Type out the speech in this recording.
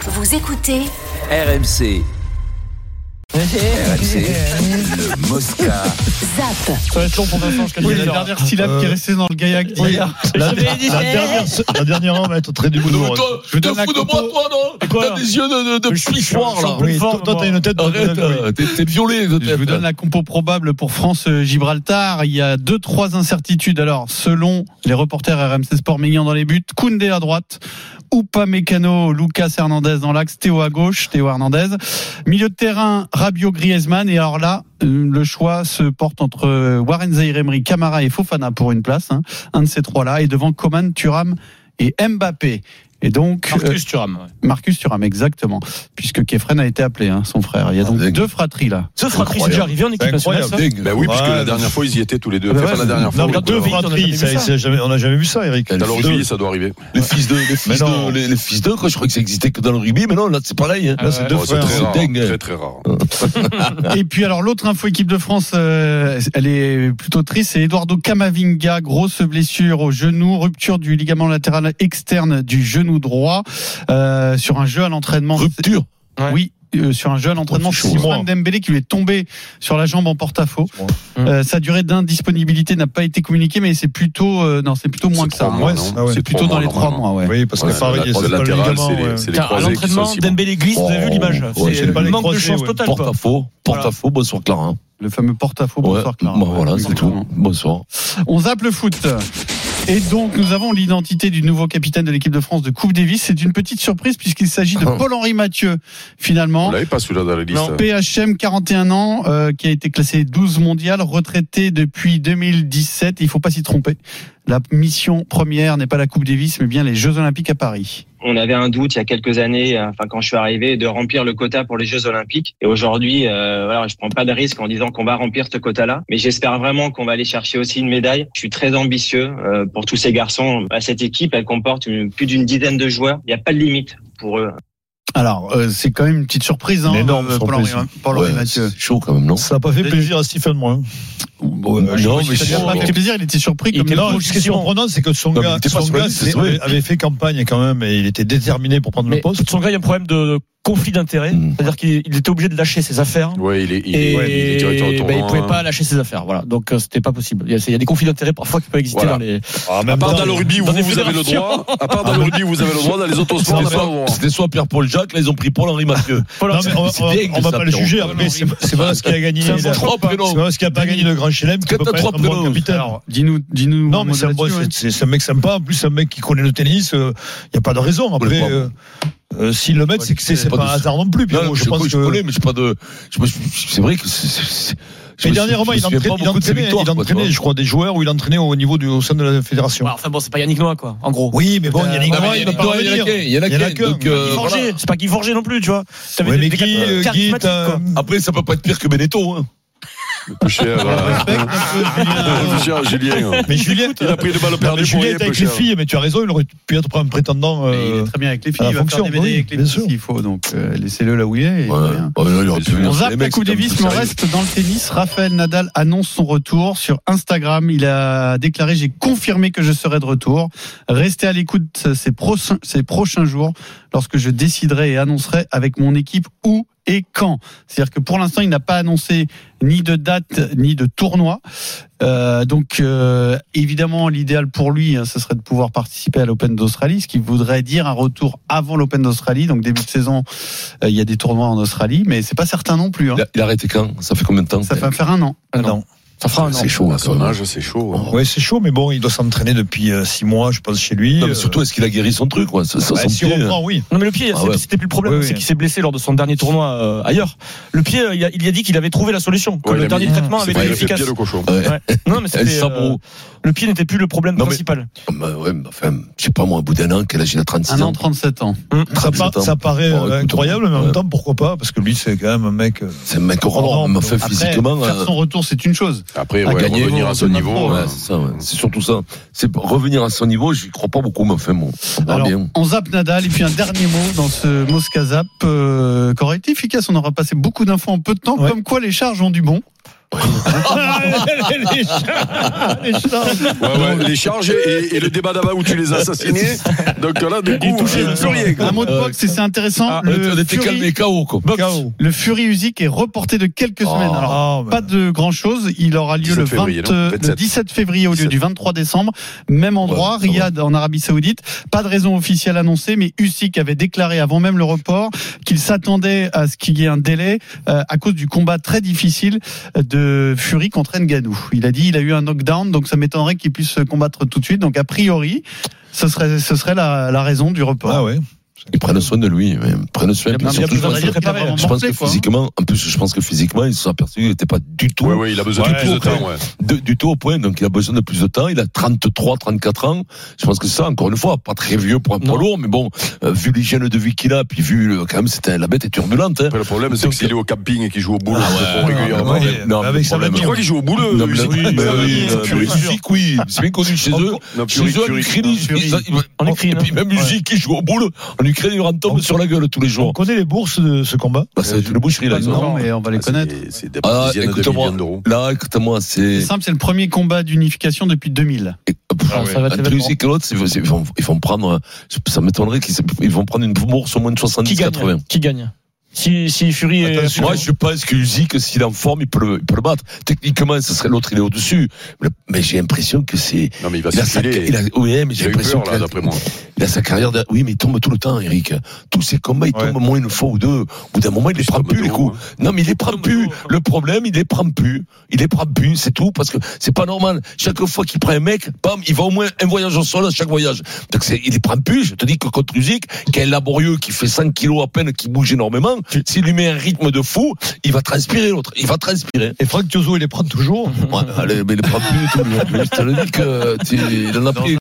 Vous écoutez RMC. RMC, le Mosca. ZAP. Ça va être long pour Vincent jusqu'à Oui, euh, 10 la heures. dernière syllabe qui est restée dans le gaillac d'hier. La, la dernière, la dernière on va être au trait du bout de Non, mais rose. toi, Je tu donne te la fous de moi, compo. toi, non Et quoi T'as des yeux de, de, de Mais je suis- pichoir, je suis en là. plus Oui, fort, toi, toi, moi. t'as une tête de Arrête, euh, t'es t'es violé de Je tête. vous donne la compo probable pour France-Gibraltar. Il y a deux, trois incertitudes. Alors, selon les reporters RMC Sport, Mignan dans les buts, Koundé à droite, Oupa Mécano, Lucas Hernandez dans l'axe, Théo à gauche, Théo Hernandez. Milieu de terrain, Rabio Griezmann. Et alors là, euh, le choix se porte entre euh, Warren Zaïre-Emery, Camara et Fofana pour une place. hein. Un de ces trois-là. Et devant Coman, Thuram et Mbappé. Et donc, euh, Marcus Thuram. ouais. Marcus Thuram, exactement. Puisque Kefren a été appelé, hein, son frère. Il y a donc dingue. deux fratries là. Ce frappé, c'est incroyable. déjà arrivé en équipe nationale, ça Bah oui, puisque Ouais. la dernière fois, ils y étaient tous les deux. Bah Enfin, ouais, la dernière fois. oui, Non, mais quoi, deux ouais. fratries, ça- ça- jamais- on n'a jamais vu ça, Eric. Dans le rugby, ça doit arriver. Les fils de, les Mais fils non. de, les, les fils de, quoi, je crois que ça existait que dans le rugby, mais non, là, c'est pareil, hein. Ah Là, c'est ouais. deux Ouais, C'est frères, très c'est rare. dingue. Très, très rare. Et puis alors l'autre info équipe de France, euh, elle est plutôt triste, c'est Eduardo Camavinga, grosse blessure au genou, rupture du ligament latéral externe du genou droit euh, sur un jeu à l'entraînement. Rupture. Ouais. Oui. euh, sur un jeu à l'entraînement, Oh, c'est chaud. Simon Dembélé qui lui est tombé sur la jambe en porte-à-faux. Euh, sa durée d'indisponibilité n'a pas été communiquée, mais c'est plutôt euh, non, c'est plutôt moins que C'est ça. trois hein. mois, Ouais, non c'est- ah ouais. C'est plutôt dans les trois mois, ouais. Oui, parce Ouais, que pareil, la- c'est pas la le latérale, ligament, c'est euh, les- ouais. c'est les Tiens, à croisés qui sont l'entraînement, si bons. Dembélé glisse, vous avez vu l'image Oh, ouais, C'est pas les le manque de croisés, chance ouais. totale. Porte quoi. à faux, porte à faux, bonsoir Clara. Le fameux porte-à-faux. Bonsoir Clara. Bon, bah voilà, c'est Exactement. tout. Bonsoir. On zappe le foot. Et donc, nous avons l'identité du nouveau capitaine de l'équipe de France de Coupe Davis. C'est une petite surprise puisqu'il s'agit Ah. de Paul-Henri Mathieu, On finalement. l'avait pas celui-là dans la liste. Non. PHM, 41 ans, euh, qui a été classé 12 mondial, retraité depuis 2017. Il faut pas s'y tromper. La mission première n'est pas la Coupe Davis, mais bien les Jeux Olympiques à Paris. on avait un doute il y a quelques années, euh, enfin quand je suis arrivé, de remplir le quota pour les Jeux Olympiques. Et aujourd'hui, euh, voilà, je prends pas de risque en disant qu'on va remplir ce quota-là, mais j'espère vraiment qu'on va aller chercher aussi une médaille. Je suis très ambitieux euh, pour tous ces garçons. À cette équipe, elle comporte une- plus d'une dizaine de joueurs. Il n'y a pas de limite pour eux. Alors, euh, c'est quand même une petite surprise, hein, Une énorme euh, surprise. Paul-Henri Paul-Henri Ouais, Mathieu. c'est chaud quand même, non? Ça n'a pas fait plaisir à Stephen Morin. Bon, non, je sais mais pas si ça c'est- lui a pas fait plaisir, il était surpris. Et Comme non, le- ce qui est surprenant, c'est que son Non, mais gars, t'es pas son sur la gars liste, c'est c'est- vrai. avait fait campagne quand même et il était déterminé pour prendre Mais le poste. son gars, il y a un problème de conflit d'intérêt. Mm. C'est-à-dire qu'il il était obligé de lâcher ses affaires. Ouais, il est, il Et est, il est directeur de bah, il tournoi, pouvait hein. pas lâcher ses affaires, voilà. Donc euh, c'était pas possible. Il y, a, il y a des conflits d'intérêts parfois qui peuvent exister Voilà. dans les. Ah, en À même part temps, dans le rugby, vous, des vous avez le droit. À part dans le rugby, vous avez le droit. Dans les autres sports, on C'était n'a pas le soit- droit. C'était soit Pierre-Paul Jacques, là, ils ont pris Paul-Henri Mathieu. Non, mais on, C'est on- dingue, on va ça, pas le Pierrot. juger après. C'est c'est pas parce qu'il a gagné. C'est un la- trois prénoms. C'est pas parce qu'il a pas gagné le Grand Chelem qu'il Quatre peut pas à trois être un bon prénoms. capitaine. Alors, dis-nous, dis-nous. un Non, mais mot c'est un, bon- là-dessus, ouais. c'est- c'est- c'est un mec sympa. En plus, c'est un mec qui connaît le tennis. Il n'y a pas de raison. Après, Ouais, euh, euh, s'ils le mettent, c'est que c'est c'est Pas pas de- un hasard non plus. Pierrot. Non, je pense je que. connais, mais je pas de, je me suis- c'est vrai que c'est- c'est, c'est- je Mais me dernièrement, suis- il je me souviens entraînait, pas il beaucoup de ces entraînait, victoires, il quoi, tu vois. entraînait, je crois, des joueurs où il entraînait au niveau du, au sein de la fédération. Voilà, enfin bon, c'est pas Yannick Noah, quoi. En gros. Oui, mais bon, il y a Non, Nick mais Noah, Ah il ne Yannick peut pas Noah, il y en a revenir. qu'un, il y en a qu'un, donc, euh, Guy Forger, c'est pas Guy Forger non plus, tu vois. T'avais Ouais, des- mais des Guy, gars euh, Guy, charismatiques, t'as- quoi. Après, ça peut pas être pire que Benetto, hein. Le Plus cher, Respecte un peu, Julien. euh, le plus cher, Julien. hein. euh, mais Julien, Il a pris le balle Non, mais perdu pour Julien rien, est peu avec les cher. filles, mais tu as raison, il aurait pu être un prétendant. Mais il euh, est très bien avec les filles, à la il va faire fonction, des médailles oui, avec les bien filles sûr. s'il faut. Donc euh, laissez-le là où il est. et Ouais. il est bien. Ouais, là, il aurait pu venir On chez les zappe la mecs, Coupe c'est Davis, comme mais on ça, reste dans le tennis. Raphaël Nadal annonce son retour sur Instagram. Il a déclaré J'ai confirmé que je serai de retour. Restez à l'écoute ces, prochains- ces prochains jours lorsque je déciderai et annoncerai avec mon équipe où et quand. C'est-à-dire que pour l'instant, il n'a pas annoncé ni de date ni de tournoi. Euh, donc euh, évidemment l'idéal pour lui hein, ce serait de pouvoir participer à l'Open d'Australie ce qui voudrait dire un retour avant l'Open d'Australie donc début de saison euh, il y a des tournois en Australie mais c'est pas certain non plus hein. Il a, il a arrêté quand Ça fait combien de temps ça va faire un an Ah non. Ça fera un an. C'est chaud, hein, À quand son même. âge, c'est chaud. hein. Ouais, c'est chaud, mais bon, il doit s'entraîner depuis 6 mois, je pense, chez lui. Non, mais Euh, surtout, est-ce qu'il a guéri son truc, quoi Ça- ça- bah, son s'il pied, hein. reprend, oui. Non mais le pied, Ah c'est- ouais. c'était plus le problème, Oui, oui. c'est qu'il s'est blessé lors de son dernier tournoi euh, ailleurs. Le pied, euh, il a, il a dit qu'il avait trouvé la solution, que Ouais, il le a dernier mis- traitement C'est avait pas été il a fait efficace. pied le cochon. Ouais. Ouais. Non mais El c'était, sabot. euh, le pied n'était plus le problème Non, mais- principal. Bah ouais, mais enfin, je sais pas moi, au bout d'un an, quel âge il a 36 un an ans 37 ans Ça, par- ça paraît Bon, euh, écoute, incroyable, mais en ouais. même temps, pourquoi pas Parce que lui, c'est quand même un mec. euh, C'est un mec horreur, Bon, m'a fait Après, physiquement. faire euh, son retour c'est une chose Après, à ouais, gagner, revenir à ce on a niveau. trop, ouais, euh, c'est ça, ouais. C'est surtout ça. C'est revenir à son niveau, j'y crois pas beaucoup, mais enfin bon, on verra Alors, bien. on zappe Nadal et puis un dernier mot dans ce Mosca Zap euh, qui aurait été efficace on aura passé beaucoup d'infos en peu de temps Ouais. comme quoi les charges ont du bon les chats, les chats. Ouais, ouais, les charges et, et le débat d'avant où tu les as assassinés. Donc là, du coup, touché, euh, plus rien. quoi. Un mot de boxe, et c'est intéressant. Ah, le, on était Fury, calmés, KO, quoi. KO. le Fury Usyk est reporté de quelques Oh, semaines. Alors, Ah, mais- pas de grand chose. Il aura lieu 17 le, 20, février, non euh, le 27. 17 février au lieu du 23 décembre. Même endroit, Ouais, ça va. Riyad en Arabie Saoudite. Pas de raison officielle annoncée, mais Usyk avait déclaré avant même le report qu'il s'attendait à ce qu'il y ait un délai euh, à cause du combat très difficile de Fury contre Ngannou. Il a dit il a eu un knockdown, donc ça m'étonnerait qu'il puisse se combattre tout de suite. Donc a priori, ce serait, ce serait la, la raison du report. Ah ouais. Ils prennent soin de lui, mais ils prennent soin. Il y a plus- puis il y a surtout, plus je à pense dire que- qu'il a vraiment je pense morflé, que quoi, hein. physiquement, en plus, je pense que physiquement, ils se sont aperçus qu'il n'était pas du tout, Ouais, ouais, il a besoin de Ouais, plus de c'est temps. Ouais. de- du tout au point. Donc, il a besoin de plus de temps. Il a 33, 34 ans. Je pense que ça, encore une fois, pas très vieux pour un poids Non. lourd, mais bon, euh, vu l'hygiène de vie qu'il a, puis vu, le- quand même, c'était, la bête est turbulente, hein. Après, le problème, c'est que s'il est au camping et qu'il joue au boulot Ah ouais, régulièrement. non, mais- ouais, non, mais avec le sa problème- Tu manière. crois qu'il joue au boulot Non, mais Usyk oui, mais oui, Fury, euh, mais Fury. Usyk, oui. C'est bien connu chez eux. Non, Chez Fury, eux, en Fury. Ukraine, ils- ils- ils- En hein. et Ukraine, puis même Usyk qui joue au boule, en Ukraine, il en tombe sur la gueule tous les On jours. connaît les bourses de ce combat. Bah, ça va être une boucherie, là, ils ont- Non, mais on va les Ah, c'est connaître. des- C'est des Ah, dizaines de écoute-moi. millions d'euros. Là, écoute-moi, c'est. C'est simple, c'est le premier combat d'unification depuis 2000. Et- pff, Ah ouais. Ça va être Entre l'événement. Usyk et l'autre, c'est- c'est- ils vont, ils vont prendre, euh, ça m'étonnerait qu'ils ils vont prendre une bourse au moins de Qui 70, gagne 80. Qui gagne Si si Fury est Attention. Moi, je pense que Usyk, s'il est en forme, il peut le, il peut le battre. Techniquement, ce serait l'autre, il est au-dessus. Mais, le- mais j'ai l'impression que c'est, Non, mais il va il a sa, circuler. il a, ouais, mais Il j'ai a eu l'impression peur, qu'il là, a, d'après moi. il a sa carrière, de- oui, mais il tombe tout le temps, Eric. Tous ses combats, il Ouais. tombe au moins une fois ou deux. Au bout d'un moment, il les prend plus, les coups. Non, mais il les prend Tombe plus. d'eau. Le problème, il les prend plus. Il les prend plus, c'est tout, parce que c'est pas normal. Chaque fois qu'il prend un mec, bam, il va au moins un voyage au sol à chaque voyage. Donc c'est, il les prend plus. Je te dis que contre Usyk, qui est laborieux, qui fait 100 kilos à peine, qui bouge énormément, s'il lui met un rythme de fou, il va transpirer l'autre. Il va transpirer. Et Franck Tiozo, il les prend toujours. Ouais, allez, mais il les prend plus du tout. lui, en plus. Je te le dis que, tu- il en a pris